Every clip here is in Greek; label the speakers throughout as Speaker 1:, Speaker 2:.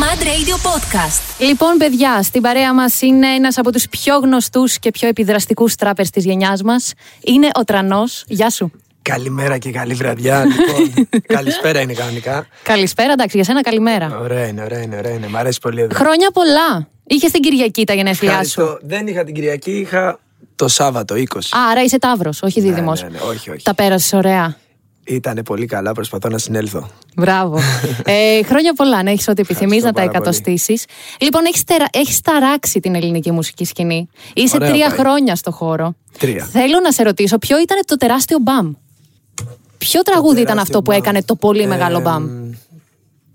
Speaker 1: Mad Radio Podcast.
Speaker 2: Λοιπόν, παιδιά, στην παρέα μας είναι ένας από τους πιο γνωστούς και πιο επιδραστικούς τράπερ της γενιάς μας. Είναι ο Τρανός. Γεια σου.
Speaker 3: Καλημέρα και καλή βραδιά. Λοιπόν, καλησπέρα είναι κανονικά.
Speaker 2: Καλησπέρα, εντάξει, για σένα καλημέρα.
Speaker 3: Ωραία είναι, ωραία είναι, ωραία είναι. Μ' αρέσει πολύ εδώ.
Speaker 2: Χρόνια πολλά. Είχες την Κυριακή τα γενέθλιά
Speaker 3: Ευχαριστώ.
Speaker 2: σου.
Speaker 3: Δεν είχα την Κυριακή, είχα το Σάββατο 20.
Speaker 2: Α, άρα είσαι Ταύρος, όχι Δίδυμος.
Speaker 3: ναι, ναι, όχι, όχι.
Speaker 2: Τα πέρασες ωραία.
Speaker 3: Ήτανε πολύ καλά, προσπαθώ να συνέλθω.
Speaker 2: Μπράβο. ε, χρόνια πολλά, να έχεις ό,τι επιθυμείς να τα
Speaker 3: πάρα πολύ.
Speaker 2: εκατοστήσεις. Λοιπόν, έχεις έχεις ταράξει την ελληνική μουσική σκηνή. Είσαι
Speaker 3: Ωραία
Speaker 2: τρία
Speaker 3: πάει.
Speaker 2: χρόνια στο χώρο.
Speaker 3: Τρία.
Speaker 2: Θέλω να σε ρωτήσω, ποιο ήταν το τεράστιο μπαμ. Ποιο τραγούδι ήταν
Speaker 3: τεράστιο
Speaker 2: αυτό που
Speaker 3: μπαμ.
Speaker 2: έκανε το πολύ
Speaker 3: Ε,
Speaker 2: μεγάλο μπαμ.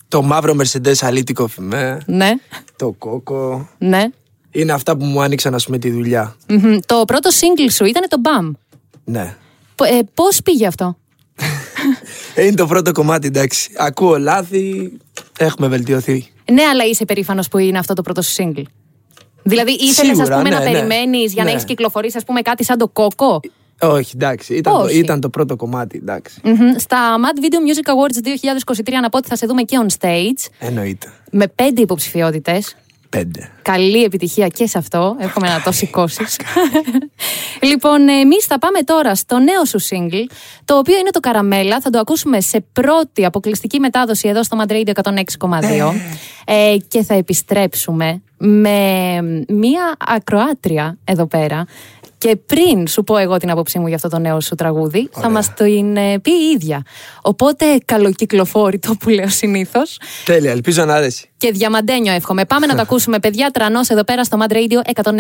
Speaker 3: Το μαύρο Mercedes αλήτικο φημέ,
Speaker 2: Ναι,
Speaker 3: το κόκο.
Speaker 2: ναι.
Speaker 3: Είναι αυτά που μου άνοιξαν, ας πούμε, τη δουλειά.
Speaker 2: Μμμ. Το πρώτο single σου ήταν το μπαμ.
Speaker 3: Ναι.
Speaker 2: Πο- Ε, Πώς πήγε αυτό.
Speaker 3: Ε, Είναι το πρώτο κομμάτι, εντάξει. Ακούω λάθη, έχουμε βελτιωθεί.
Speaker 2: Ναι, αλλά είσαι περήφανος που είναι αυτό το πρώτο σου single. Δηλαδή, ήθελες
Speaker 3: Σίγουρα,
Speaker 2: πούμε,
Speaker 3: ναι,
Speaker 2: να
Speaker 3: ναι.
Speaker 2: περιμένεις για να
Speaker 3: Ναι.
Speaker 2: έχεις κυκλοφορήσει ας πούμε, κάτι σαν το κόκο.
Speaker 3: Όχι, εντάξει. Ήταν, Το,
Speaker 2: Όχι.
Speaker 3: ήταν το πρώτο κομμάτι, εντάξει.
Speaker 2: Μμμ. Στα Mad Video Music Awards 2023 να πω ότι θα σε δούμε και on stage
Speaker 3: Εννοείται.
Speaker 2: με πέντε υποψηφιότητες.
Speaker 3: Πέντε.
Speaker 2: Καλή επιτυχία και σε αυτό. Εύχομαι να το σηκώσεις. λοιπόν, εμείς θα πάμε τώρα στο νέο σου single, το οποίο είναι το Καραμέλα. Θα το ακούσουμε σε πρώτη αποκλειστική μετάδοση εδώ στο Mad Radio 106,2. ε, και θα επιστρέψουμε με μία ακροάτρια εδώ πέρα. Και πριν σου πω εγώ την άποψή μου για αυτό το νέο σου τραγούδι, θα μας το είναι πει η ίδια. Οπότε καλοκυκλοφόρητο που λέω συνήθως.
Speaker 3: Τέλεια, ελπίζω να αρέσει.
Speaker 2: Και διαμαντένιο εύχομαι. Πάμε να το ακούσουμε, παιδιά. Τρανός εδώ πέρα στο Mad Radio 106,2.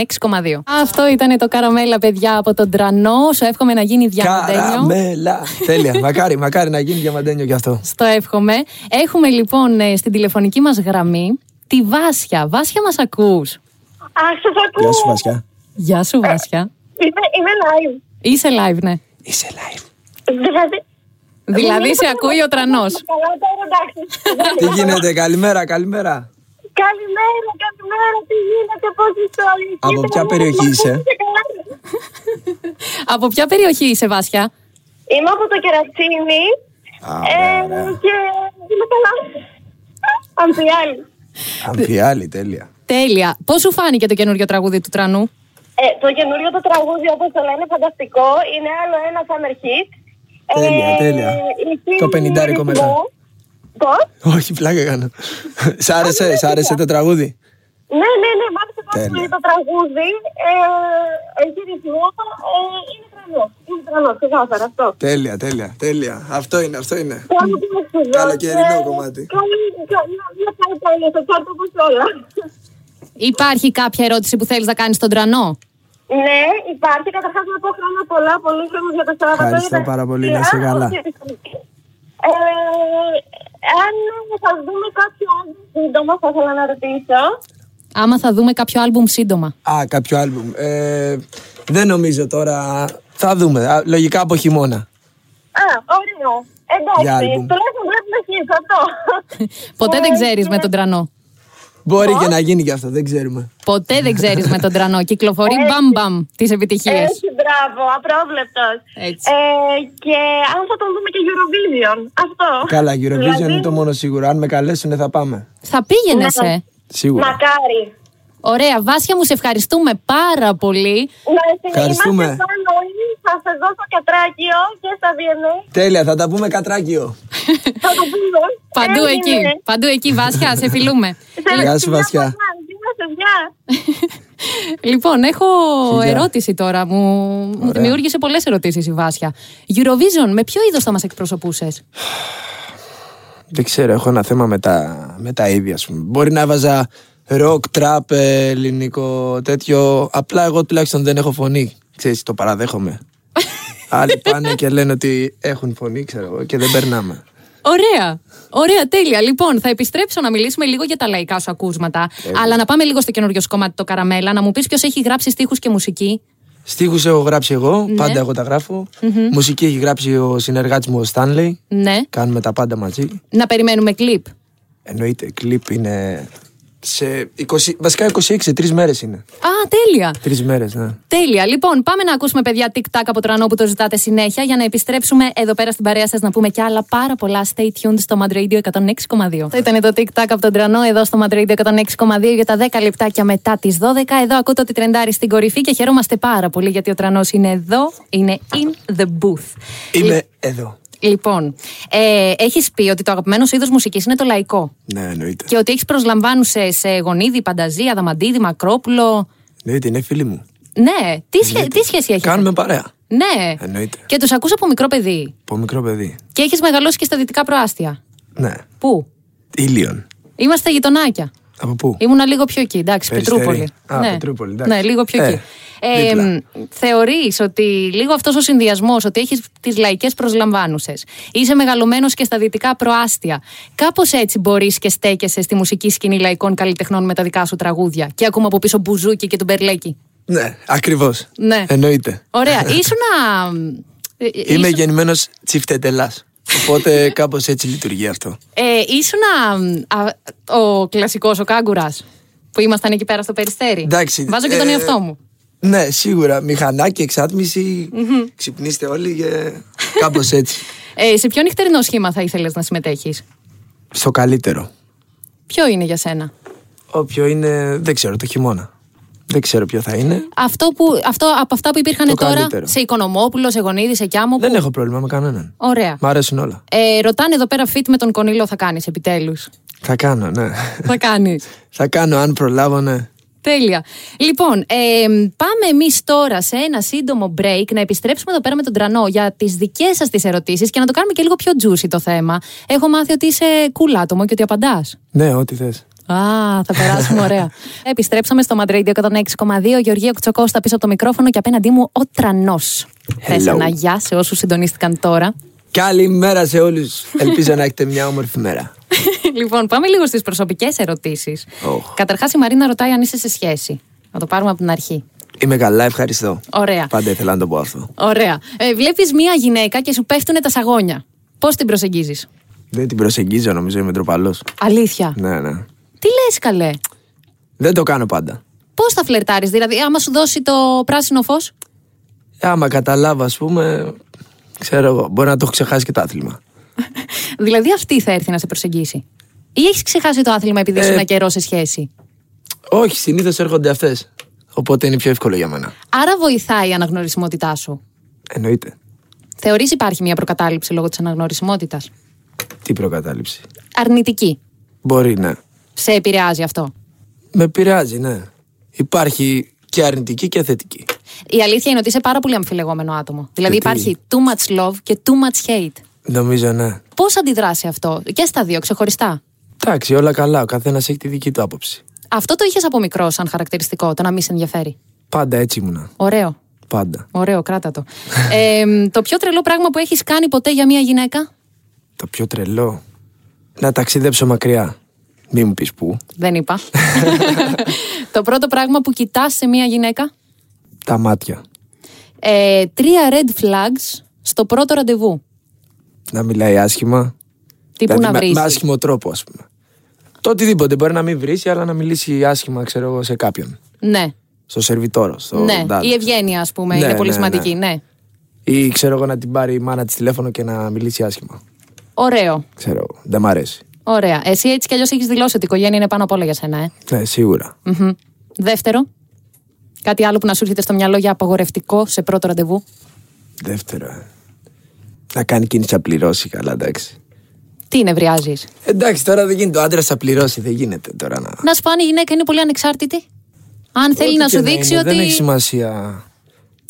Speaker 2: Αυτό ήταν το καραμέλα, παιδιά, από τον Τρανό. Σου εύχομαι να γίνει διαμαντένιο.
Speaker 3: Καραμέλα. Τέλεια. Μακάρι, μακάρι να γίνει διαμαντένιο κι αυτό.
Speaker 2: Στο εύχομαι. Έχουμε λοιπόν ε, στην τηλεφωνική μας γραμμή τη Βάσια. Βάσια, μας ακούς.
Speaker 4: Α, σας ακούω.
Speaker 3: Γεια σου, Βασιά.
Speaker 2: Γεια σου, Βάσια.
Speaker 4: Είμαι, είμαι live.
Speaker 2: Είσαι live, ναι.
Speaker 3: Είσαι live.
Speaker 4: Δηλαδή.
Speaker 2: Δηλαδή, σε ακούει ο Τρανός.
Speaker 4: Καλά, τώρα εντάξει.
Speaker 3: Τι γίνεται, καλημέρα, καλημέρα.
Speaker 4: καλημέρα, καλημέρα, τι γίνεται, πώς είστε όλοι.
Speaker 3: Από
Speaker 4: Είστε
Speaker 3: ποια
Speaker 4: καλά,
Speaker 3: περιοχή
Speaker 4: μας
Speaker 3: είσαι?
Speaker 4: ακούτε καλά?
Speaker 2: Από ποια περιοχή είσαι, Βάσια.
Speaker 4: Είμαι από το Κερατσίνι.
Speaker 3: Α,
Speaker 4: ε,
Speaker 3: ωραία, ωραία.
Speaker 4: και είμαι καλά. Αμφιάλη.
Speaker 3: Αμφιάλη, τέλεια.
Speaker 2: Τέλεια. Πώς σου φάνηκε το καινούριο τραγούδι του Τρανού.
Speaker 4: Ε, το καινούριο το τραγούδι, όπως το λένε, φανταστικό. Είναι άλλο ένα summer hit. Ε,
Speaker 3: Τέλεια, τέλεια.
Speaker 4: η
Speaker 3: Το
Speaker 4: Kim
Speaker 3: 50 μετά.
Speaker 4: Ritmo. Πώς?
Speaker 3: Όχι, πλάκα κάνω. Σ' άρεσε, σ' άρεσε το τραγούδι.
Speaker 4: Ναι, ναι, ναι, μ' άρεσε πάρα
Speaker 3: Τέλεια.
Speaker 4: πολύ το τραγούδι. Ε, έχει ρυθμό. Ε, είναι τρελός. Είναι τρελός, ξεκάθαρα αυτό.
Speaker 3: Τέλεια, τέλεια, τέλεια. Αυτό είναι, αυτό είναι.
Speaker 4: Κάνω την εξουδό.
Speaker 3: Καλοκαιρινό
Speaker 4: Ε,
Speaker 3: κομμάτι.
Speaker 4: Μια χαρά τα όλα, το τσάρτο όπως όλα.
Speaker 2: Υπάρχει κάποια ερώτηση που θέλεις να κάνεις στον Τρανό.
Speaker 4: Ναι, υπάρχει. Καταρχάς να πω χρόνια πολλά, πολύ χρόνο για το Σάββατο.
Speaker 3: Ευχαριστώ
Speaker 4: Είναι
Speaker 3: πάρα πολύ,
Speaker 4: δεξιά,
Speaker 3: να είσαι καλά.
Speaker 4: όχι αριστερά. Ε, αν θα δούμε κάποιο άλλο σύντομα, θα ήθελα να ρωτήσω.
Speaker 2: Άμα θα δούμε κάποιο άλμπουμ σύντομα.
Speaker 3: Α, κάποιο άλμπουμ. Ε, δεν νομίζω τώρα. Θα δούμε. Α, Λογικά από χειμώνα.
Speaker 4: Α, ωραίο.
Speaker 3: Για
Speaker 4: Εντάξει,
Speaker 3: άλμπουμ.
Speaker 4: τουλάχιστον πρέπει να χείσαι αυτό.
Speaker 2: Ποτέ δεν
Speaker 4: Ε,
Speaker 2: ξέρεις με τον Τρανό.
Speaker 3: Μπορεί και να γίνει κι αυτό, δεν ξέρουμε.
Speaker 2: Ποτέ δεν ξέρεις με τον τρανό. Κυκλοφορεί μπαμ μπαμ τις επιτυχίες.
Speaker 4: Έτσι, μπράβο, απρόβλεπτος.
Speaker 2: Έτσι.
Speaker 4: Ε, και αν θα τον δούμε και Eurovision, αυτό.
Speaker 3: Καλά, Eurovision
Speaker 4: Δηλαδή,
Speaker 3: είναι το μόνο σίγουρο. Αν με καλέσουν, θα πάμε.
Speaker 2: Θα πήγαινε,
Speaker 4: Ναι.
Speaker 2: ε.
Speaker 3: Σίγουρα.
Speaker 4: Μακάρι.
Speaker 2: Ωραία, Βάσια μου, σε ευχαριστούμε πάρα πολύ.
Speaker 4: Να είστε-
Speaker 3: Ευχαριστούμε.
Speaker 4: Είμαστε πάνω όλοι, θα σε δω στο κατράκιο και στα DNA.
Speaker 3: Τέλεια, θα τα πούμε κατράκιο.
Speaker 4: Θα το πούμε.
Speaker 2: Παντού
Speaker 4: Έγινε.
Speaker 2: εκεί. Παντού εκεί, Βάσια, σε φιλούμε.
Speaker 4: Σε-
Speaker 3: Γεια σου,
Speaker 4: φιλιά
Speaker 3: Βασιά.
Speaker 4: πολλά. Γεια σου, γεια.
Speaker 2: λοιπόν, έχω
Speaker 3: Φιλιά.
Speaker 2: ερώτηση τώρα. Μου, μου δημιούργησε πολλές ερωτήσεις η Βάσια. Eurovision, με ποιο είδος θα μας εκπροσωπούσες.
Speaker 3: Δεν ξέρω, έχω ένα θέμα με τα, με τα ίδια, ας πούμε. Μπορεί να έβαζα ροκ, τραπ, ε, ελληνικό, τέτοιο. Απλά εγώ τουλάχιστον δεν έχω φωνή. Ξέρεις, το παραδέχομαι. Άλλοι πάνε και λένε ότι έχουν φωνή, ξέρω εγώ, και δεν περνάμε.
Speaker 2: Ωραία. Ωραία, τέλεια. Λοιπόν, θα επιστρέψω να μιλήσουμε λίγο για τα λαϊκά σου ακούσματα. Αλλά να πάμε λίγο στο καινούριο σου κομμάτι, το Καραμέλα, να μου πεις ποιος έχει γράψει στίχους και μουσική.
Speaker 3: Στίχους έχω γράψει εγώ, πάντα εγώ τα γραφω Μουσική έχει γράψει ο συνεργάτης μου ο Στάνλεϊ.
Speaker 2: Ναι.
Speaker 3: Κάνουμε τα πάντα μαζί.
Speaker 2: Να περιμένουμε κλιπ.
Speaker 3: Εννοείται, κλιπ είναι Σε 20, βασικά 26, τρεις μέρες είναι.
Speaker 2: Α, τέλεια.
Speaker 3: Τρεις μέρες, ναι.
Speaker 2: Τέλεια. Λοιπόν, πάμε να ακούσουμε παιδιά TikTok από τρανό που το ζητάτε συνέχεια για να επιστρέψουμε εδώ πέρα στην παρέα σας να πούμε κι άλλα πάρα πολλά. Stay tuned στο Mad Radio 106,2. Αυτό ήταν το TikTok από τον τρανό εδώ στο Mad Radio 106,2 για τα 10 λεπτάκια μετά τις 12. Εδώ ακούτε ότι τρεντάρει στην κορυφή και χαιρόμαστε πάρα πολύ γιατί ο τρανός είναι εδώ. Είναι in the booth.
Speaker 3: Είμαι εδώ.
Speaker 2: Λοιπόν, ε, έχεις πει ότι το αγαπημένο σου είδος μουσικής είναι το λαϊκό.
Speaker 3: Ναι, εννοείται.
Speaker 2: Και ότι έχεις προσλαμβάνουσε σε γονίδι, πανταζή, αδαμαντίδη, μακρόπουλο.
Speaker 3: Εννοείται, είναι φίλοι μου.
Speaker 2: Ναι, τι, σχε- τι σχέση έχεις.
Speaker 3: Κάνουμε παρέα.
Speaker 2: Ναι.
Speaker 3: Εννοείται.
Speaker 2: Και τους ακούς από μικρό παιδί.
Speaker 3: Από μικρό παιδί.
Speaker 2: Και έχεις μεγαλώσει και στα δυτικά προάστια.
Speaker 3: Ναι.
Speaker 2: Πού?
Speaker 3: Ήλιον.
Speaker 2: Είμαστε γειτονάκια.
Speaker 3: Από πού?
Speaker 2: Ήμουνα λίγο πιο εκεί, εντάξει,
Speaker 3: Περιστερή.
Speaker 2: Πετρούπολη.
Speaker 3: Α, Πετρούπολη, εντάξει.
Speaker 2: Ναι, λίγο πιο
Speaker 3: Ε,
Speaker 2: εκεί. Ε,
Speaker 3: δίπλα.
Speaker 2: μ, θεωρείς ότι λίγο αυτός ο συνδυασμός, ότι έχεις τις λαϊκές προσλαμβάνουσες, είσαι μεγαλωμένος και στα δυτικά προάστια, κάπως έτσι μπορείς και στέκεσαι στη μουσική σκηνή λαϊκών καλλιτεχνών με τα δικά σου τραγούδια και ακούμε από πίσω μπουζούκι και τον μπερλέκι.
Speaker 3: Ναι, ακριβώς.
Speaker 2: Ναι.
Speaker 3: Εννοείται.
Speaker 2: Ωραία, ήσουνα... ε, ε,
Speaker 3: Είμαι
Speaker 2: ήσου-
Speaker 3: γεννημένος τσιφτετελάς. Οπότε κάπως έτσι λειτουργεί αυτό.
Speaker 2: Ε, ήσουνα μ, α, ο κλασικός ο κάγκουρας που ήμασταν εκεί πέρα στο περιστέρι.
Speaker 3: Εντάξει,
Speaker 2: Βάζω και τον
Speaker 3: ε,
Speaker 2: εαυτό μου.
Speaker 3: Ναι, σίγουρα. Μηχανάκι, εξάτμιση. Ξυπνήστε όλοι και κάπως έτσι.
Speaker 2: Ε, σε ποιο νυχτερινό σχήμα θα ήθελες να συμμετέχεις,
Speaker 3: Στο καλύτερο.
Speaker 2: Ποιο είναι για σένα.
Speaker 3: Όποιο είναι, δεν ξέρω, το χειμώνα. Δεν ξέρω ποιο θα είναι.
Speaker 2: Αυτό, που, αυτό από αυτά που υπήρχαν
Speaker 3: Το
Speaker 2: τώρα
Speaker 3: καλύτερο. Ναι.
Speaker 2: σε Οικονομόπουλο, σε Γονίδη, σε Κιάμο.
Speaker 3: Δεν έχω πρόβλημα με κανέναν.
Speaker 2: Ωραία.
Speaker 3: Μ' αρέσουν όλα.
Speaker 2: Ε, ρωτάνε εδώ πέρα fit με τον Κονίλο θα κάνεις επιτέλους.
Speaker 3: Θα κάνω, ναι.
Speaker 2: θα κάνεις.
Speaker 3: θα κάνω αν προλάβω, ναι.
Speaker 2: Τέλεια. Λοιπόν, ε, πάμε εμείς τώρα σε ένα σύντομο break να επιστρέψουμε εδώ πέρα με τον Τρανό για τις δικές σας τις ερωτήσεις και να το κάνουμε και λίγο πιο juicy το θέμα. Έχω μάθει ότι είσαι cool άτομο και ότι απαντάς.
Speaker 3: Ναι, ό,τι θες.
Speaker 2: Α, θα περάσουμε ωραία. Επιστρέψαμε στο Madrid 106,2. Γεωργία Κουτσοκώστα πίσω από το μικρόφωνο και απέναντί μου ο Τρανός. Θες ένα γεια σε όσους συντονίστηκαν τώρα.
Speaker 3: Καλημέρα σε όλους. Ελπίζω να έχετε μια όμορφη μέρα.
Speaker 2: λοιπόν, πάμε λίγο στις προσωπικές ερωτήσεις.
Speaker 3: Ωχ.
Speaker 2: Καταρχάς, η Μαρίνα ρωτάει αν είσαι σε σχέση. Να το πάρουμε από την αρχή.
Speaker 3: Είμαι καλά, ευχαριστώ.
Speaker 2: Ωραία.
Speaker 3: Πάντα ήθελα να το πω αυτό.
Speaker 2: Ωραία. Ε, Βλέπεις μία γυναίκα και σου πέφτουν τα σαγόνια. Πώς την προσεγγίζεις,
Speaker 3: Δεν την προσεγγίζω, νομίζω είμαι ντροπαλός.
Speaker 2: Αλήθεια.
Speaker 3: Ναι, ναι.
Speaker 2: Τι λες, καλέ.
Speaker 3: Δεν το κάνω πάντα.
Speaker 2: Πώς θα φλερτάρεις, Δηλαδή, άμα σου δώσει το πράσινο φως.
Speaker 3: Άμα καταλάβω, ας πούμε, ξέρω εγώ, μπορεί να το έχω ξεχάσει και το άθλημα.
Speaker 2: δηλαδή, αυτή θα έρθει να σε προσεγγίσει. Ή έχεις ξεχάσει το άθλημα επειδή
Speaker 3: Ε.
Speaker 2: ήσουν καιρό σε σχέση.
Speaker 3: Όχι, συνήθως έρχονται αυτές. Οπότε είναι πιο εύκολο για μένα.
Speaker 2: Άρα βοηθάει η αναγνωρισιμότητά σου.
Speaker 3: Εννοείται.
Speaker 2: Θεωρείς υπάρχει μια προκατάληψη λόγω της αναγνωρισιμότητας.
Speaker 3: Τι προκατάληψη.
Speaker 2: Αρνητική.
Speaker 3: Μπορεί, ναι.
Speaker 2: Σε επηρεάζει αυτό.
Speaker 3: Με επηρεάζει, ναι. Υπάρχει και αρνητική και θετική.
Speaker 2: Η αλήθεια είναι ότι είσαι πάρα πολύ αμφιλεγόμενο άτομο. Δηλαδή,
Speaker 3: Γιατί?
Speaker 2: υπάρχει too much love και too much hate.
Speaker 3: Νομίζω, ναι.
Speaker 2: Πώς αντιδράσει αυτό και στα δύο ξεχωριστά.
Speaker 3: Εντάξει, όλα καλά. Ο καθένας έχει τη δική του άποψη.
Speaker 2: Αυτό το είχες από μικρό σαν χαρακτηριστικό, το να μη σε ενδιαφέρει.
Speaker 3: Πάντα έτσι ήμουνα.
Speaker 2: Ωραίο.
Speaker 3: Πάντα.
Speaker 2: Ωραίο, κράτα το. Ε, μ, το πιο τρελό πράγμα που έχεις κάνει ποτέ για μια γυναίκα.
Speaker 3: Το πιο τρελό. Να ταξιδέψω μακριά. Μη μου πεις πού.
Speaker 2: Δεν είπα. το πρώτο πράγμα που κοιτάς σε μια γυναίκα.
Speaker 3: Τα μάτια.
Speaker 2: Ε, τρία red flags στο πρώτο ραντεβού.
Speaker 3: Να μιλάει άσχημα. Δηλαδή
Speaker 2: Τι που να
Speaker 3: με-
Speaker 2: βρεις.
Speaker 3: με, άσχημο τρόπο, ας πούμε. Το οτιδήποτε. Μπορεί να μην βρεις, αλλά να μιλήσει άσχημα, ξέρω εγώ, σε κάποιον.
Speaker 2: Ναι.
Speaker 3: Στο σερβιτόρο. Στο
Speaker 2: ναι.
Speaker 3: ντάδε.
Speaker 2: Η ευγένεια, ας πούμε,
Speaker 3: Ναι,
Speaker 2: είναι πολύ
Speaker 3: ναι,
Speaker 2: σημαντική. Ναι.
Speaker 3: Ή ξέρω εγώ να την πάρει η μάνα της τηλέφωνο και να μιλήσει άσχημα.
Speaker 2: Ωραίο.
Speaker 3: Ξέρω εγώ. Δεν μ' αρέσει.
Speaker 2: Ωραία. Εσύ έτσι κι αλλιώς έχεις δηλώσει ότι η οικογένεια είναι πάνω απ' όλα για σένα, ε.
Speaker 3: Ναι, σίγουρα.
Speaker 2: Μμμ. Δεύτερο. Κάτι άλλο που να σου έρχεται στο μυαλό για απογορευτικό σε πρώτο ραντεβού.
Speaker 3: Δεύτερο. ε. Να κάνει κίνηση να πληρώσει καλά, εντάξει.
Speaker 2: Τι νευριάζεις.
Speaker 3: Εντάξει, τώρα δεν γίνεται. Ο άντρας θα πληρώσει, δεν γίνεται τώρα να.
Speaker 2: Να σου πάνε η γυναίκα είναι πολύ ανεξάρτητη. Αν θέλει
Speaker 3: Ό,τι
Speaker 2: να
Speaker 3: και
Speaker 2: σου δείξει
Speaker 3: είναι,
Speaker 2: ότι.
Speaker 3: Δεν έχει σημασία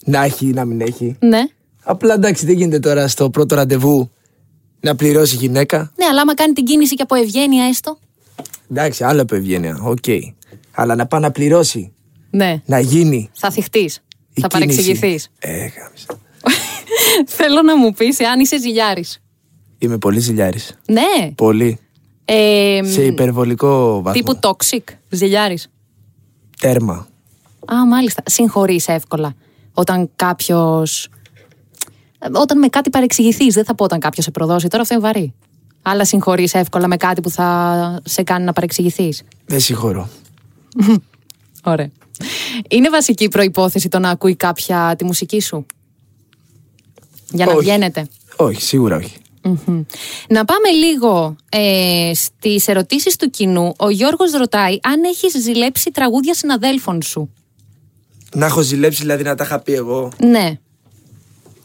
Speaker 3: να έχει ή να μην έχει.
Speaker 2: Ναι.
Speaker 3: Απλά εντάξει, δεν γίνεται τώρα στο πρώτο ραντεβού να πληρώσει η γυναίκα.
Speaker 2: Ναι, αλλά άμα κάνει την κίνηση και από ευγένεια έστω.
Speaker 3: Εντάξει, άλλο από ευγένεια. Οκ. Αλλά να πάει να πληρώσει,
Speaker 2: Ναι.
Speaker 3: να γίνει.
Speaker 2: Θα θυχτείς.
Speaker 3: η
Speaker 2: Θα
Speaker 3: κίνηση.
Speaker 2: παρεξηγηθείς.
Speaker 3: Ε, γάμισε.
Speaker 2: Θέλω να μου πεις αν είσαι ζηλιάρης.
Speaker 3: Είμαι πολύ ζηλιάρης.
Speaker 2: Ναι.
Speaker 3: Πολύ.
Speaker 2: Ε,
Speaker 3: Σε υπερβολικό βαθμό.
Speaker 2: τύπου toxic. Ζηλιάρης.
Speaker 3: Τέρμα.
Speaker 2: Α, μάλιστα. Συγχωρείς εύκολα. Όταν κάποιος. Όταν με κάτι παρεξηγηθείς, δεν θα πω όταν κάποιος σε προδώσει. Τώρα αυτό είναι βαρύ. Αλλά συγχωρείς εύκολα με κάτι που θα σε κάνει να παρεξηγηθείς.
Speaker 3: Δεν συγχωρώ.
Speaker 2: Ωραία. Είναι βασική προπόθεση το να ακούει κάποια τη μουσική σου. Για να
Speaker 3: Όχι.
Speaker 2: βγαίνετε.
Speaker 3: Όχι, σίγουρα όχι.
Speaker 2: Μμμ. Να πάμε λίγο ε, στις ερωτήσεις του κοινού. Ο Γιώργος ρωτάει αν έχεις ζηλέψει τραγούδια συναδέλφων σου.
Speaker 3: Να έχω ζηλέψει, δηλαδή να τα είχα πει εγώ.
Speaker 2: Ναι.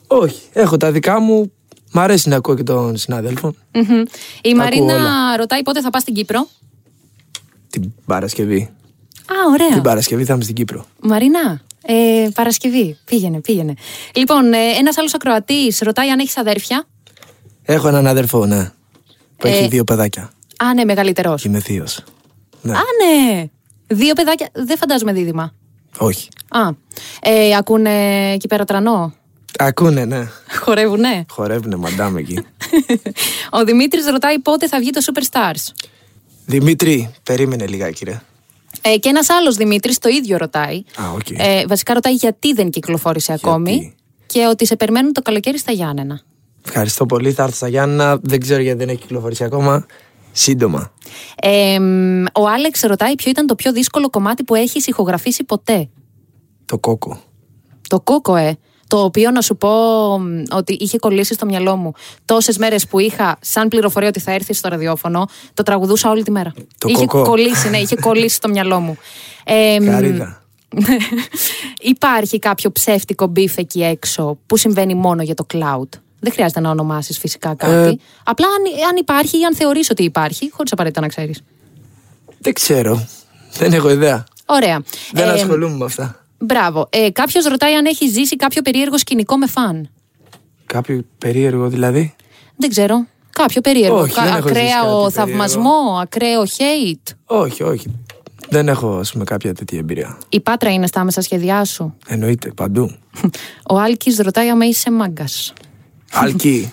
Speaker 3: Όχι. Έχω τα δικά μου. Μ' αρέσει να ακούω και των συναδέλφων.
Speaker 2: Μμμ. Η
Speaker 3: Τα
Speaker 2: Μαρίνα
Speaker 3: ακούω όλα.
Speaker 2: ρωτάει πότε θα πας στην Κύπρο.
Speaker 3: Την Παρασκευή.
Speaker 2: Α, ωραία.
Speaker 3: Την Παρασκευή θα είμαι στην Κύπρο.
Speaker 2: Μαρινά, ε, Παρασκευή. Πήγαινε, πήγαινε. Λοιπόν, ε, ένας άλλος ακροατής ρωτάει αν έχεις αδέρφια.
Speaker 3: Έχω έναν αδερφό, ναι. Που
Speaker 2: Ε.
Speaker 3: έχει δύο παιδάκια.
Speaker 2: Α, ναι, μεγαλύτερος.
Speaker 3: Και είμαι θείος. Ναι.
Speaker 2: Α, ναι. Δύο παιδάκια. Δεν φαντάζομαι δίδυμα.
Speaker 3: Όχι.
Speaker 2: Α, ε, ακούνε εκεί πέρα τρανό.
Speaker 3: Ακούνε, ναι.
Speaker 2: Χορεύουνε.
Speaker 3: Χορεύουνε, μαντάμ εκεί.
Speaker 2: Ο Δημήτρης ρωτάει πότε θα βγει το Superstars.
Speaker 3: Δημήτρη, περίμενε λιγάκι, ρε.
Speaker 2: Ε, και ένας άλλος Δημήτρης το ίδιο ρωτάει.
Speaker 3: Α, οκ.
Speaker 2: Ε, βασικά ρωτάει γιατί δεν κυκλοφόρησε ακόμη. Και ότι σε περιμένουν το καλοκαίρι στα Γιάννενα.
Speaker 3: Ευχαριστώ πολύ. Θα έρθω στα Γιάννα. Δεν ξέρω γιατί δεν έχει κυκλοφορήσει ακόμα. Σύντομα.
Speaker 2: Ε, μ, ο Άλεξ ρωτάει ποιο ήταν το πιο δύσκολο κομμάτι που έχεις ηχογραφήσει ποτέ.
Speaker 3: Το κόκο.
Speaker 2: Το κόκο, ε. Το οποίο να σου πω μ, ότι είχε κολλήσει στο μυαλό μου. Τόσες μέρες που είχα σαν πληροφορία ότι θα έρθει στο ραδιόφωνο, το τραγουδούσα όλη τη μέρα.
Speaker 3: Το
Speaker 2: είχε
Speaker 3: κοκό.
Speaker 2: κολλήσει, ναι, είχε κολλήσει στο μυαλό μου. Ε, μ,
Speaker 3: Καρύδα.
Speaker 2: Υπάρχει κάποιο ψεύτικο μπιφ εκεί έξω που συμβαίνει μόνο για το cloud. Δεν χρειάζεται να ονομάσεις
Speaker 3: Ε,
Speaker 2: φυσικά κάτι. Απλά αν, αν υπάρχει ή αν θεωρείς ότι υπάρχει, χωρίς απαραίτητα να ξέρεις.
Speaker 3: Δεν ξέρω. Δεν έχω ιδέα.
Speaker 2: Ωραία.
Speaker 3: Δεν
Speaker 2: Ε,
Speaker 3: ασχολούμαι με αυτά.
Speaker 2: Μπράβο. Ε, Κάποιος ρωτάει αν έχει ζήσει κάποιο περίεργο σκηνικό με φαν.
Speaker 3: Κάποιο περίεργο δηλαδή.
Speaker 2: Δεν ξέρω. Κάποιο περίεργο.
Speaker 3: Όχι, δεν έχω ζήσει
Speaker 2: ακραίο
Speaker 3: κάτι
Speaker 2: θαυμασμό, ακραίο hate.
Speaker 3: Όχι, όχι. Δεν έχω, ας πούμε, κάποια τέτοια εμπειρία.
Speaker 2: Η πάτρα είναι στα άμεσα σχέδιά σου.
Speaker 3: Εννοείται, παντού.
Speaker 2: Ο Άλκης ρωτάει άμα είσαι μάγκας.
Speaker 3: Αλκή.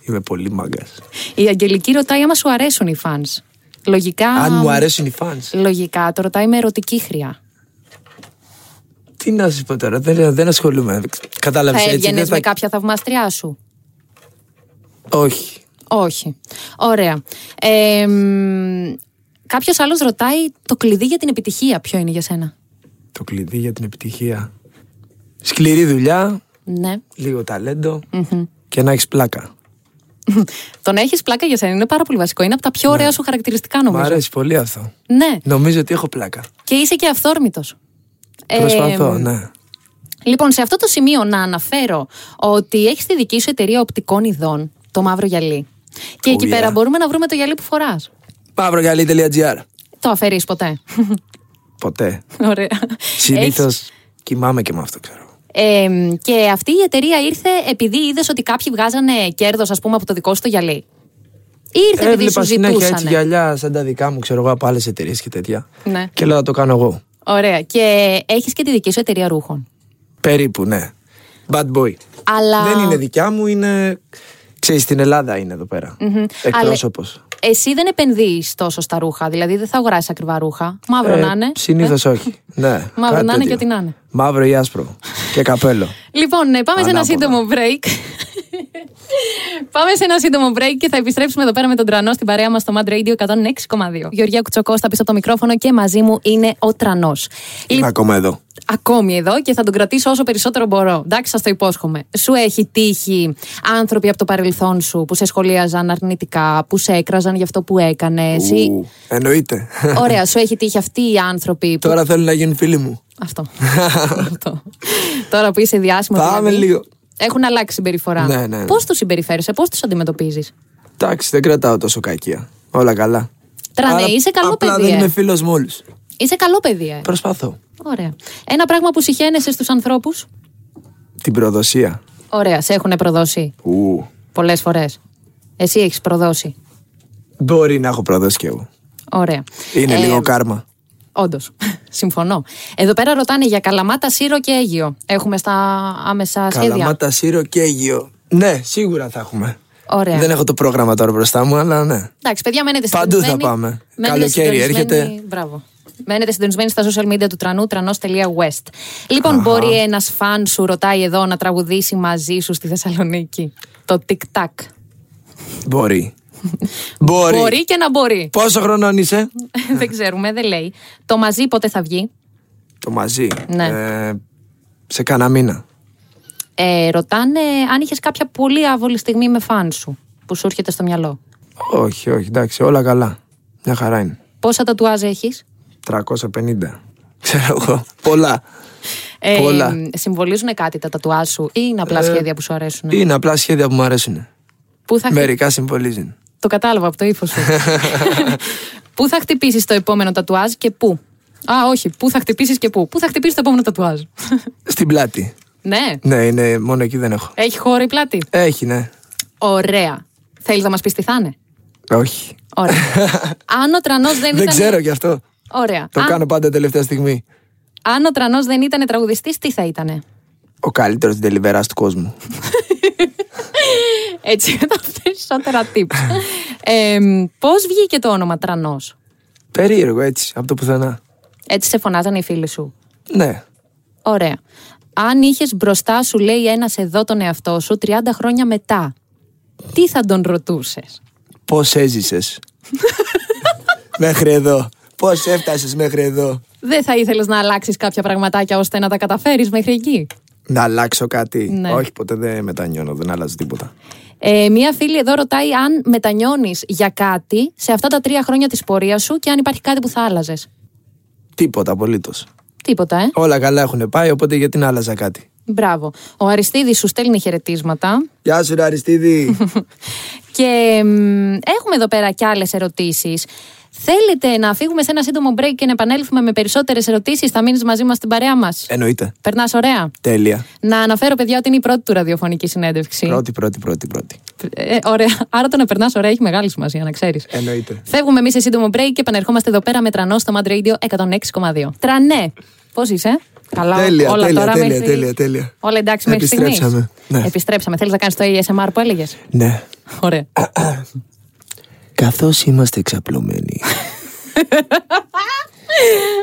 Speaker 3: Είμαι πολύ μάγκας.
Speaker 2: Η Αγγελική ρωτάει άμα σου αρέσουν οι fans. Λογικά.
Speaker 3: Αν μου αρέσουν οι fans.
Speaker 2: Λογικά το ρωτάει με ερωτική χρειά.
Speaker 3: Τι να σου πω τώρα, δεν, δεν ασχολούμαι. Κατάλαβες
Speaker 2: θα
Speaker 3: έτσι.
Speaker 2: έβγαινες
Speaker 3: δεν
Speaker 2: Ε, με
Speaker 3: θα-
Speaker 2: κάποια θαυμαστριά σου.
Speaker 3: Όχι.
Speaker 2: Όχι. Ωραία. Ε, Κάποιος άλλος ρωτάει το κλειδί για την επιτυχία. Ποιο είναι για σένα.
Speaker 3: Το κλειδί για την επιτυχία. Σκληρή δουλειά,
Speaker 2: Ναι.
Speaker 3: λίγο ταλέντο και να έχεις πλάκα.
Speaker 2: Τον έχεις πλάκα για σένα. Είναι πάρα πολύ βασικό. Είναι από τα πιο ωραία σου χαρακτηριστικά
Speaker 3: Ναι. Μ'
Speaker 2: νομίζω.
Speaker 3: αρέσει πολύ αυτό.
Speaker 2: Ναι.
Speaker 3: Νομίζω ότι έχω πλάκα.
Speaker 2: Και είσαι και αυθόρμητος. Ε,
Speaker 3: Προσπαθώ, ναι.
Speaker 2: Λοιπόν, σε αυτό το σημείο να αναφέρω ότι έχεις τη δική σου εταιρεία οπτικών ειδών, το μαύρο γυαλί. Και
Speaker 3: Oh,
Speaker 2: εκεί
Speaker 3: yeah.
Speaker 2: πέρα μπορούμε να βρούμε το γυαλί που φοράς.
Speaker 3: Μαύρογαλή.gr
Speaker 2: Το αφαιρείς ποτέ.
Speaker 3: Ποτέ.
Speaker 2: Ωραία.
Speaker 3: Συνήθως κοιμάμαι και με αυτό, ξέρω.
Speaker 2: Ε, και αυτή η εταιρεία ήρθε επειδή είδες ότι κάποιοι βγάζανε κέρδος, ας πούμε, από το δικό σου το γυαλί. Ή ήρθε επειδή σου
Speaker 3: Ε, Έβλεπα συνέχεια έτσι
Speaker 2: ζητούσανε.
Speaker 3: γυαλιά σαν τα δικά μου, ξέρω εγώ, από άλλες εταιρείες και τέτοια.
Speaker 2: Ναι.
Speaker 3: Και λέω να το κάνω εγώ.
Speaker 2: Ωραία. Και έχεις και τη δική σου εταιρεία ρούχων.
Speaker 3: Περίπου, ναι. Bad boy.
Speaker 2: Αλλά.
Speaker 3: Δεν είναι δικιά μου, είναι. Ξέρεις, στην Ελλάδα είναι εδώ πέρα. Εκπρόσωπος.
Speaker 2: Εσύ δεν επενδύεις τόσο στα ρούχα. Δηλαδή δεν θα αγοράσεις ακριβά ρούχα. Μαύρο
Speaker 3: Ε,
Speaker 2: να είναι. Ε.
Speaker 3: Συνήθω όχι. Ναι.
Speaker 2: Μαύρο
Speaker 3: κάτι
Speaker 2: να είναι και
Speaker 3: τέτοιο.
Speaker 2: ό,τι να είναι.
Speaker 3: Μαύρο ή άσπρο. και καπέλο.
Speaker 2: Λοιπόν, ναι, πάμε σε ένα
Speaker 3: Ανάποδα.
Speaker 2: σύντομο break. πάμε σε ένα σύντομο break και θα επιστρέψουμε εδώ πέρα με τον Τρανό στην παρέα μας στο Mad Radio 106,2. Γεωργία Κουτσοκώστα πίσω από το μικρόφωνο και μαζί μου είναι ο Τρανός.
Speaker 3: Είναι ακόμα εδώ.
Speaker 2: ακόμη εδώ και θα τον κρατήσω όσο περισσότερο μπορώ. Εντάξει, σας το υπόσχομαι. Σου έχει τύχει άνθρωποι από το παρελθόν σου που σε σχολίαζαν αρνητικά, που σε έκραζαν για αυτό που έκανες. Ή...
Speaker 3: Ου, Εννοείται.
Speaker 2: Ωραία, σου έχει τύχει αυτοί οι άνθρωποι. Που...
Speaker 3: Τώρα θέλουν να γίνουν φίλοι μου.
Speaker 2: Αυτό. αυτό. Τώρα που είσαι διάσημος. δηλαδή,
Speaker 3: Πάμε λίγο.
Speaker 2: Έχουν αλλάξει συμπεριφορά.
Speaker 3: Ναι, ναι, ναι.
Speaker 2: Πώς τους συμπεριφέρεσαι, πώς τους αντιμετωπίζεις.
Speaker 3: Εντάξει, δεν κρατάω τόσο κακία. Όλα καλά.
Speaker 2: Τρανέ,
Speaker 3: Άρα
Speaker 2: είσαι καλό
Speaker 3: απλά
Speaker 2: παιδί,
Speaker 3: δεν
Speaker 2: ε.
Speaker 3: είμαι φίλος με όλους.
Speaker 2: Είσαι καλό παιδί, ε.
Speaker 3: Προσπαθώ.
Speaker 2: Ωραία. Ένα πράγμα που συχαίνεσαι στους ανθρώπους.
Speaker 3: Την προδοσία.
Speaker 2: Ωραία, σε έχουν προδώσει
Speaker 3: Ου.
Speaker 2: πολλές φορές. Εσύ έχεις προδώσει.
Speaker 3: Μπορεί να έχω προδώσει κι εγώ.
Speaker 2: Ωραία.
Speaker 3: Είναι
Speaker 2: Ε,
Speaker 3: λίγο κάρμα.
Speaker 2: Όντως. Συμφωνώ. Εδώ πέρα ρωτάνε για καλαμάτα, σύρο και αίγιο. Έχουμε στα άμεσα σχέδια.
Speaker 3: Καλαμάτα, σύρο και αίγιο. Ναι, σίγουρα θα έχουμε.
Speaker 2: Ωραία.
Speaker 3: Δεν έχω το πρόγραμμα τώρα μπροστά μου, αλλά ναι.
Speaker 2: Εντάξει, παιδιά, μένετε
Speaker 3: Παντού θα
Speaker 2: συντονισμένοι.
Speaker 3: πάμε.
Speaker 2: Μένετε
Speaker 3: Καλοκαίρι
Speaker 2: συντονισμένοι.
Speaker 3: έρχεται.
Speaker 2: Μπράβο. Μένετε συντονισμένοι στα social media του τρανού, τρανό.west. Λοιπόν, μπορεί ένας φαν σου ρωτάει εδώ να τραγουδήσει μαζί σου στη Θεσσαλονίκη. Το tic-tac.
Speaker 3: Μπορεί. Μπορεί.
Speaker 2: Μπορεί και να μπορεί.
Speaker 3: Πόσο χρονών είσαι,
Speaker 2: δεν ξέρουμε, δεν λέει. Το μαζί πότε θα βγει.
Speaker 3: Το μαζί.
Speaker 2: Ναι.
Speaker 3: Ε, σε κάνα μήνα.
Speaker 2: Ε, ρωτάνε αν είχες κάποια πολύ άβολη στιγμή με φαν σου που σου έρχεται στο μυαλό.
Speaker 3: Όχι, όχι, εντάξει, όλα καλά. Μια χαρά είναι.
Speaker 2: Πόσα τατουάζ έχεις.
Speaker 3: 350. Ξέρω εγώ. Πολλά. Πολλά. Ε,
Speaker 2: Συμβολίζουν Ε, κάτι τα τατουάζ σου ή είναι απλά σχέδια που σου αρέσουν.
Speaker 3: Είναι απλά σχέδια που μου αρέσουν.
Speaker 2: Πού θα χτυ-
Speaker 3: Μερικά συμβολίζουν.
Speaker 2: Το κατάλαβα από το ύφος σου. πού θα χτυπήσεις το επόμενο τατουάζ και πού. Α, όχι. Πού θα χτυπήσεις και πού. Πού θα χτυπήσεις το επόμενο τατουάζ.
Speaker 3: Στην πλάτη.
Speaker 2: ναι.
Speaker 3: Ναι, είναι, μόνο εκεί δεν έχω.
Speaker 2: Έχει χώρο η πλάτη.
Speaker 3: Έχει, ναι.
Speaker 2: Ωραία. Θέλεις να μας πεις τι θα είναι.
Speaker 3: Όχι.
Speaker 2: Ωραία. Αν ο τρανός Ε, δεν ήταν.
Speaker 3: Δεν ξέρω γι' αυτό.
Speaker 2: Ωραία.
Speaker 3: Το
Speaker 2: Αν-
Speaker 3: κάνω πάντα τελευταία στιγμή.
Speaker 2: Αν ο τρανός δεν ήταν τραγουδιστής, τι θα ήταν.
Speaker 3: Ο καλύτερος τελιβερά του κόσμου.
Speaker 2: Έτσι, τα περισσότερα tips. ε, Πώς βγήκε το όνομα τρανός,
Speaker 3: Περίεργο έτσι, από το πουθενά.
Speaker 2: Έτσι σε φωνάζανε οι φίλοι σου.
Speaker 3: Ναι.
Speaker 2: Ωραία. Αν είχες μπροστά σου, λέει ένας εδώ τον εαυτό σου, 30 χρόνια μετά, τι θα τον ρωτούσες.
Speaker 3: Πώς έζησες. μέχρι εδώ. Πώς έφτασες μέχρι εδώ.
Speaker 2: Δεν θα ήθελες να αλλάξεις κάποια πραγματάκια ώστε να τα καταφέρεις μέχρι εκεί.
Speaker 3: Να αλλάξω κάτι.
Speaker 2: Ναι.
Speaker 3: Όχι, ποτέ δεν μετανιώνω, δεν αλλάζω τίποτα.
Speaker 2: Ε, μία φίλη εδώ ρωτάει αν μετανιώνεις για κάτι σε αυτά τα τρία χρόνια της πορείας σου και αν υπάρχει κάτι που θα άλλαζες.
Speaker 3: Τίποτα απολύτως.
Speaker 2: Τίποτα, ε.
Speaker 3: Όλα καλά έχουν πάει, οπότε γιατί να άλλαζα κάτι.
Speaker 2: Μπράβο. Ο Αριστίδης σου στέλνει χαιρετίσματα.
Speaker 3: Γεια σου, ρε Αριστίδη.
Speaker 2: Και μ, έχουμε εδώ πέρα κι άλλες ερωτήσεις. Θέλετε να φύγουμε σε ένα σύντομο break και να επανέλθουμε με περισσότερες ερωτήσεις. Θα μείνεις μαζί μας στην παρέα μας.
Speaker 3: Εννοείται.
Speaker 2: Περνάς ωραία.
Speaker 3: Τέλεια.
Speaker 2: Να αναφέρω, παιδιά, ότι είναι η πρώτη του ραδιοφωνική συνέντευξη.
Speaker 3: Πρώτη, πρώτη, πρώτη, πρώτη.
Speaker 2: Ε, ωραία. Άρα το να περνάς ωραία έχει μεγάλη σημασία, να ξέρεις.
Speaker 3: Εννοείται.
Speaker 2: Φεύγουμε εμείς σε σύντομο break και επανερχόμαστε εδώ πέρα με τρανό στο Mad Radio 106,2. Τρανέ, πώς είσαι, Καλά,
Speaker 3: Τέλεια,
Speaker 2: όλα
Speaker 3: τέλεια,
Speaker 2: τώρα
Speaker 3: τέλεια,
Speaker 2: μέχρι...
Speaker 3: τέλεια, τέλεια.
Speaker 2: Όλα εντάξει μέχρι στιγμής.
Speaker 3: Επιστρέψαμε, ναι.
Speaker 2: Επιστρέψαμε. Θέλεις να κάνεις το ASMR που έλεγες.
Speaker 3: Ναι.
Speaker 2: Ωραία.
Speaker 3: Καθώς είμαστε εξαπλωμένοι.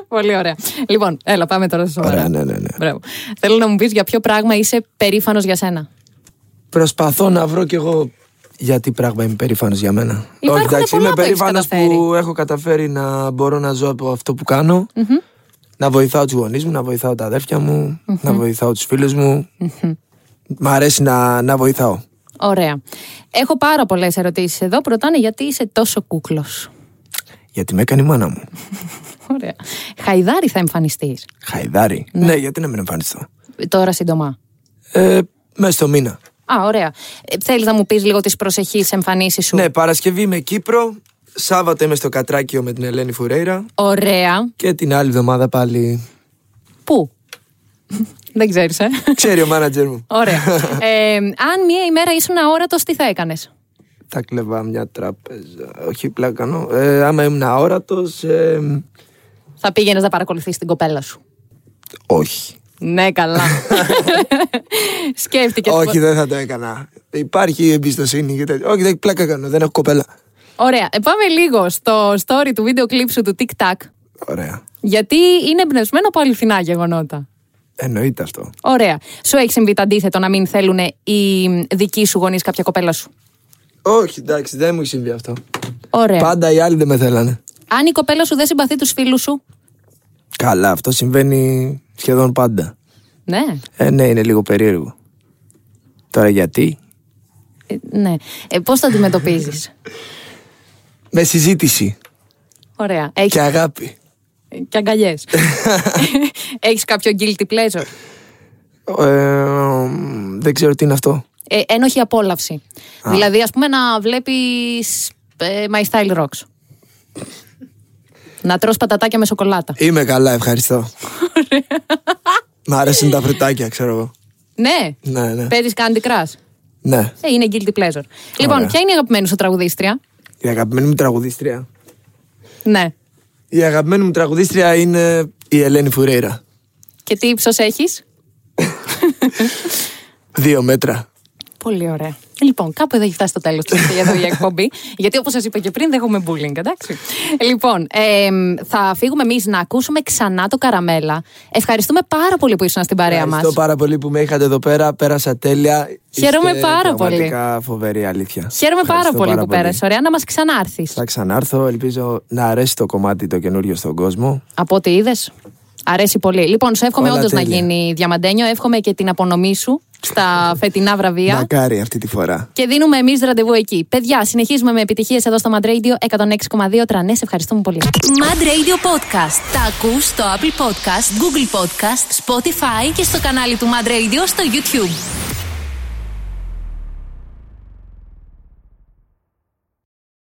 Speaker 2: Πολύ ωραία. Λοιπόν, έλα, πάμε τώρα στο σοβαρά.
Speaker 3: Ωραία, ναι, ναι, ναι.
Speaker 2: Μπράβο. Θέλω να μου πεις για ποιο πράγμα είσαι περήφανος για σένα.
Speaker 3: Προσπαθώ να βρω κι εγώ για τι πράγμα είμαι περήφανος για μένα.
Speaker 2: Υπάρχουν πολλά
Speaker 3: είμαι
Speaker 2: που έχεις
Speaker 3: περήφανος που
Speaker 2: καταφέρει.
Speaker 3: έχω καταφέρει να μπορώ να ζω από αυτό που κανω Να βοηθάω τους γονείς μου, να βοηθάω τα αδέρφια μου, να βοηθάω τους φίλους μου. Μ' αρέσει να, να βοηθάω.
Speaker 2: Ωραία. Έχω πάρα πολλές ερωτήσεις εδώ που ρωτάνε γιατί είσαι τόσο κούκλος.
Speaker 3: Γιατί με έκανε η μάνα μου.
Speaker 2: Ωραία. Χαϊδάρι θα εμφανιστείς.
Speaker 3: Χαϊδάρι. Ναι, γιατί να μην εμφανιστώ.
Speaker 2: Τώρα σύντομα.
Speaker 3: Ε, μέσα στο μήνα.
Speaker 2: Α, ωραία. Ε, Θέλεις να μου πεις λίγο τις προσεχείς εμφανίσεις σου.
Speaker 3: Ναι, Παρασκευή είμαι Κύπρο. Σάββατο είμαι στο Κατράκιο με την Ελένη Φουρέιρα.
Speaker 2: Ωραία.
Speaker 3: Και την άλλη εβδομάδα πάλι.
Speaker 2: Πού. Δεν ξέρεις, ε.
Speaker 3: Ξέρει ο μάνατζερ μου.
Speaker 2: Ωραία. Ε, αν μία ημέρα ήσουν αόρατος, τι θα έκανες.
Speaker 3: Θα κλεβά μια τράπεζα. Όχι, πλάκα κάνω. Ε, άμα ήμουν αόρατος. Ε,
Speaker 2: Θα πήγαινες να παρακολουθήσει την κοπέλα σου.
Speaker 3: όχι.
Speaker 2: Ναι, καλά. Σκέφτηκες.
Speaker 3: όχι, δεν θα το έκανα. Υπάρχει εμπιστοσύνη και τέτοια. Όχι, δεν πλάκα κάνω. Δεν έχω κοπέλα.
Speaker 2: Ωραία. Ε, πάμε λίγο στο story του βίντεο κλειπ σου του TikTok.
Speaker 3: Ωραία.
Speaker 2: Γιατί είναι εμπνευσμένο από αληθινά γεγονότα.
Speaker 3: Εννοείται αυτό.
Speaker 2: Ωραία. Σου έχει συμβεί το αντίθετο να μην θέλουν οι δικοί σου γονείς κάποια κοπέλα σου.
Speaker 3: Όχι, εντάξει, δεν μου έχει συμβεί αυτό.
Speaker 2: Ωραία.
Speaker 3: Πάντα οι άλλοι δεν με θέλανε.
Speaker 2: Αν η κοπέλα σου δεν συμπαθεί τους φίλους σου.
Speaker 3: Καλά, αυτό συμβαίνει σχεδόν πάντα.
Speaker 2: Ναι.
Speaker 3: Ε, ναι, είναι λίγο περίεργο. Τώρα γιατί.
Speaker 2: Ε, ναι. Ε, Πώς το αντιμετωπίζεις.
Speaker 3: Με συζήτηση
Speaker 2: Ωραία. Έχεις...
Speaker 3: και αγάπη.
Speaker 2: Και αγκαλιές. έχεις κάποιο guilty pleasure.
Speaker 3: Ε, δεν ξέρω τι είναι αυτό.
Speaker 2: Ε, ένοχη απόλαυση. Δηλαδή, ας πούμε, να βλέπεις My Style Rocks. να τρως πατατάκια με σοκολάτα.
Speaker 3: Είμαι καλά, ευχαριστώ. Μ' αρέσουν τα φρουτάκια, ξέρω εγώ.
Speaker 2: ναι.
Speaker 3: Ναι, ναι.
Speaker 2: Παίζει Candy Crush.
Speaker 3: ναι.
Speaker 2: Ε, είναι guilty pleasure. Λοιπόν, ποια είναι η αγαπημένη σου τραγουδίστρια.
Speaker 3: Η αγαπημένη μου τραγουδίστρια.
Speaker 2: Ναι.
Speaker 3: Η αγαπημένη μου τραγουδίστρια είναι η Ελένη Φουρέιρα.
Speaker 2: Και τι ύψος έχεις.
Speaker 3: Δύο μέτρα.
Speaker 2: Πολύ ωραία. Λοιπόν, κάπου εδώ έχει φτάσει το τέλος τη η εκπομπή. Γιατί όπως σας είπα και πριν, δεν έχουμε bullying, εντάξει. Λοιπόν, ε, θα φύγουμε εμείς να ακούσουμε ξανά το καραμέλα. Ευχαριστούμε πάρα πολύ που ήσουν στην παρέα μας.
Speaker 3: Ευχαριστώ πάρα πολύ που με είχατε εδώ πέρα. Πέρασα τέλεια.
Speaker 2: Χαίρομαι
Speaker 3: Είστε
Speaker 2: πάρα πολύ.
Speaker 3: Πραγματικά φοβερή αλήθεια.
Speaker 2: Χαίρομαι πάρα
Speaker 3: Ευχαριστώ
Speaker 2: πολύ που πέρασε. Ωραία, να μας ξανάρθεις.
Speaker 3: Θα ξανάρθω. Ελπίζω να αρέσει το κομμάτι το καινούριο στον κόσμο.
Speaker 2: Από ό,τι είδες. Αρέσει πολύ. Λοιπόν, σου εύχομαι
Speaker 3: Όλα
Speaker 2: όντως να
Speaker 3: τέλεια.
Speaker 2: γίνει διαμαντένιο. Εύχομαι και την απονομή σου στα φετινά βραβεία.
Speaker 3: Μακάρι αυτή τη φορά.
Speaker 2: Και δίνουμε εμείς ραντεβού εκεί. Παιδιά, συνεχίζουμε με επιτυχίες εδώ στο Mad Radio 106,2 τρανές. Ευχαριστούμε πολύ.
Speaker 1: Mad Radio Podcast. Τα ακούς στο Apple Podcast, Google Podcast, Spotify και στο κανάλι του Mad Radio στο YouTube.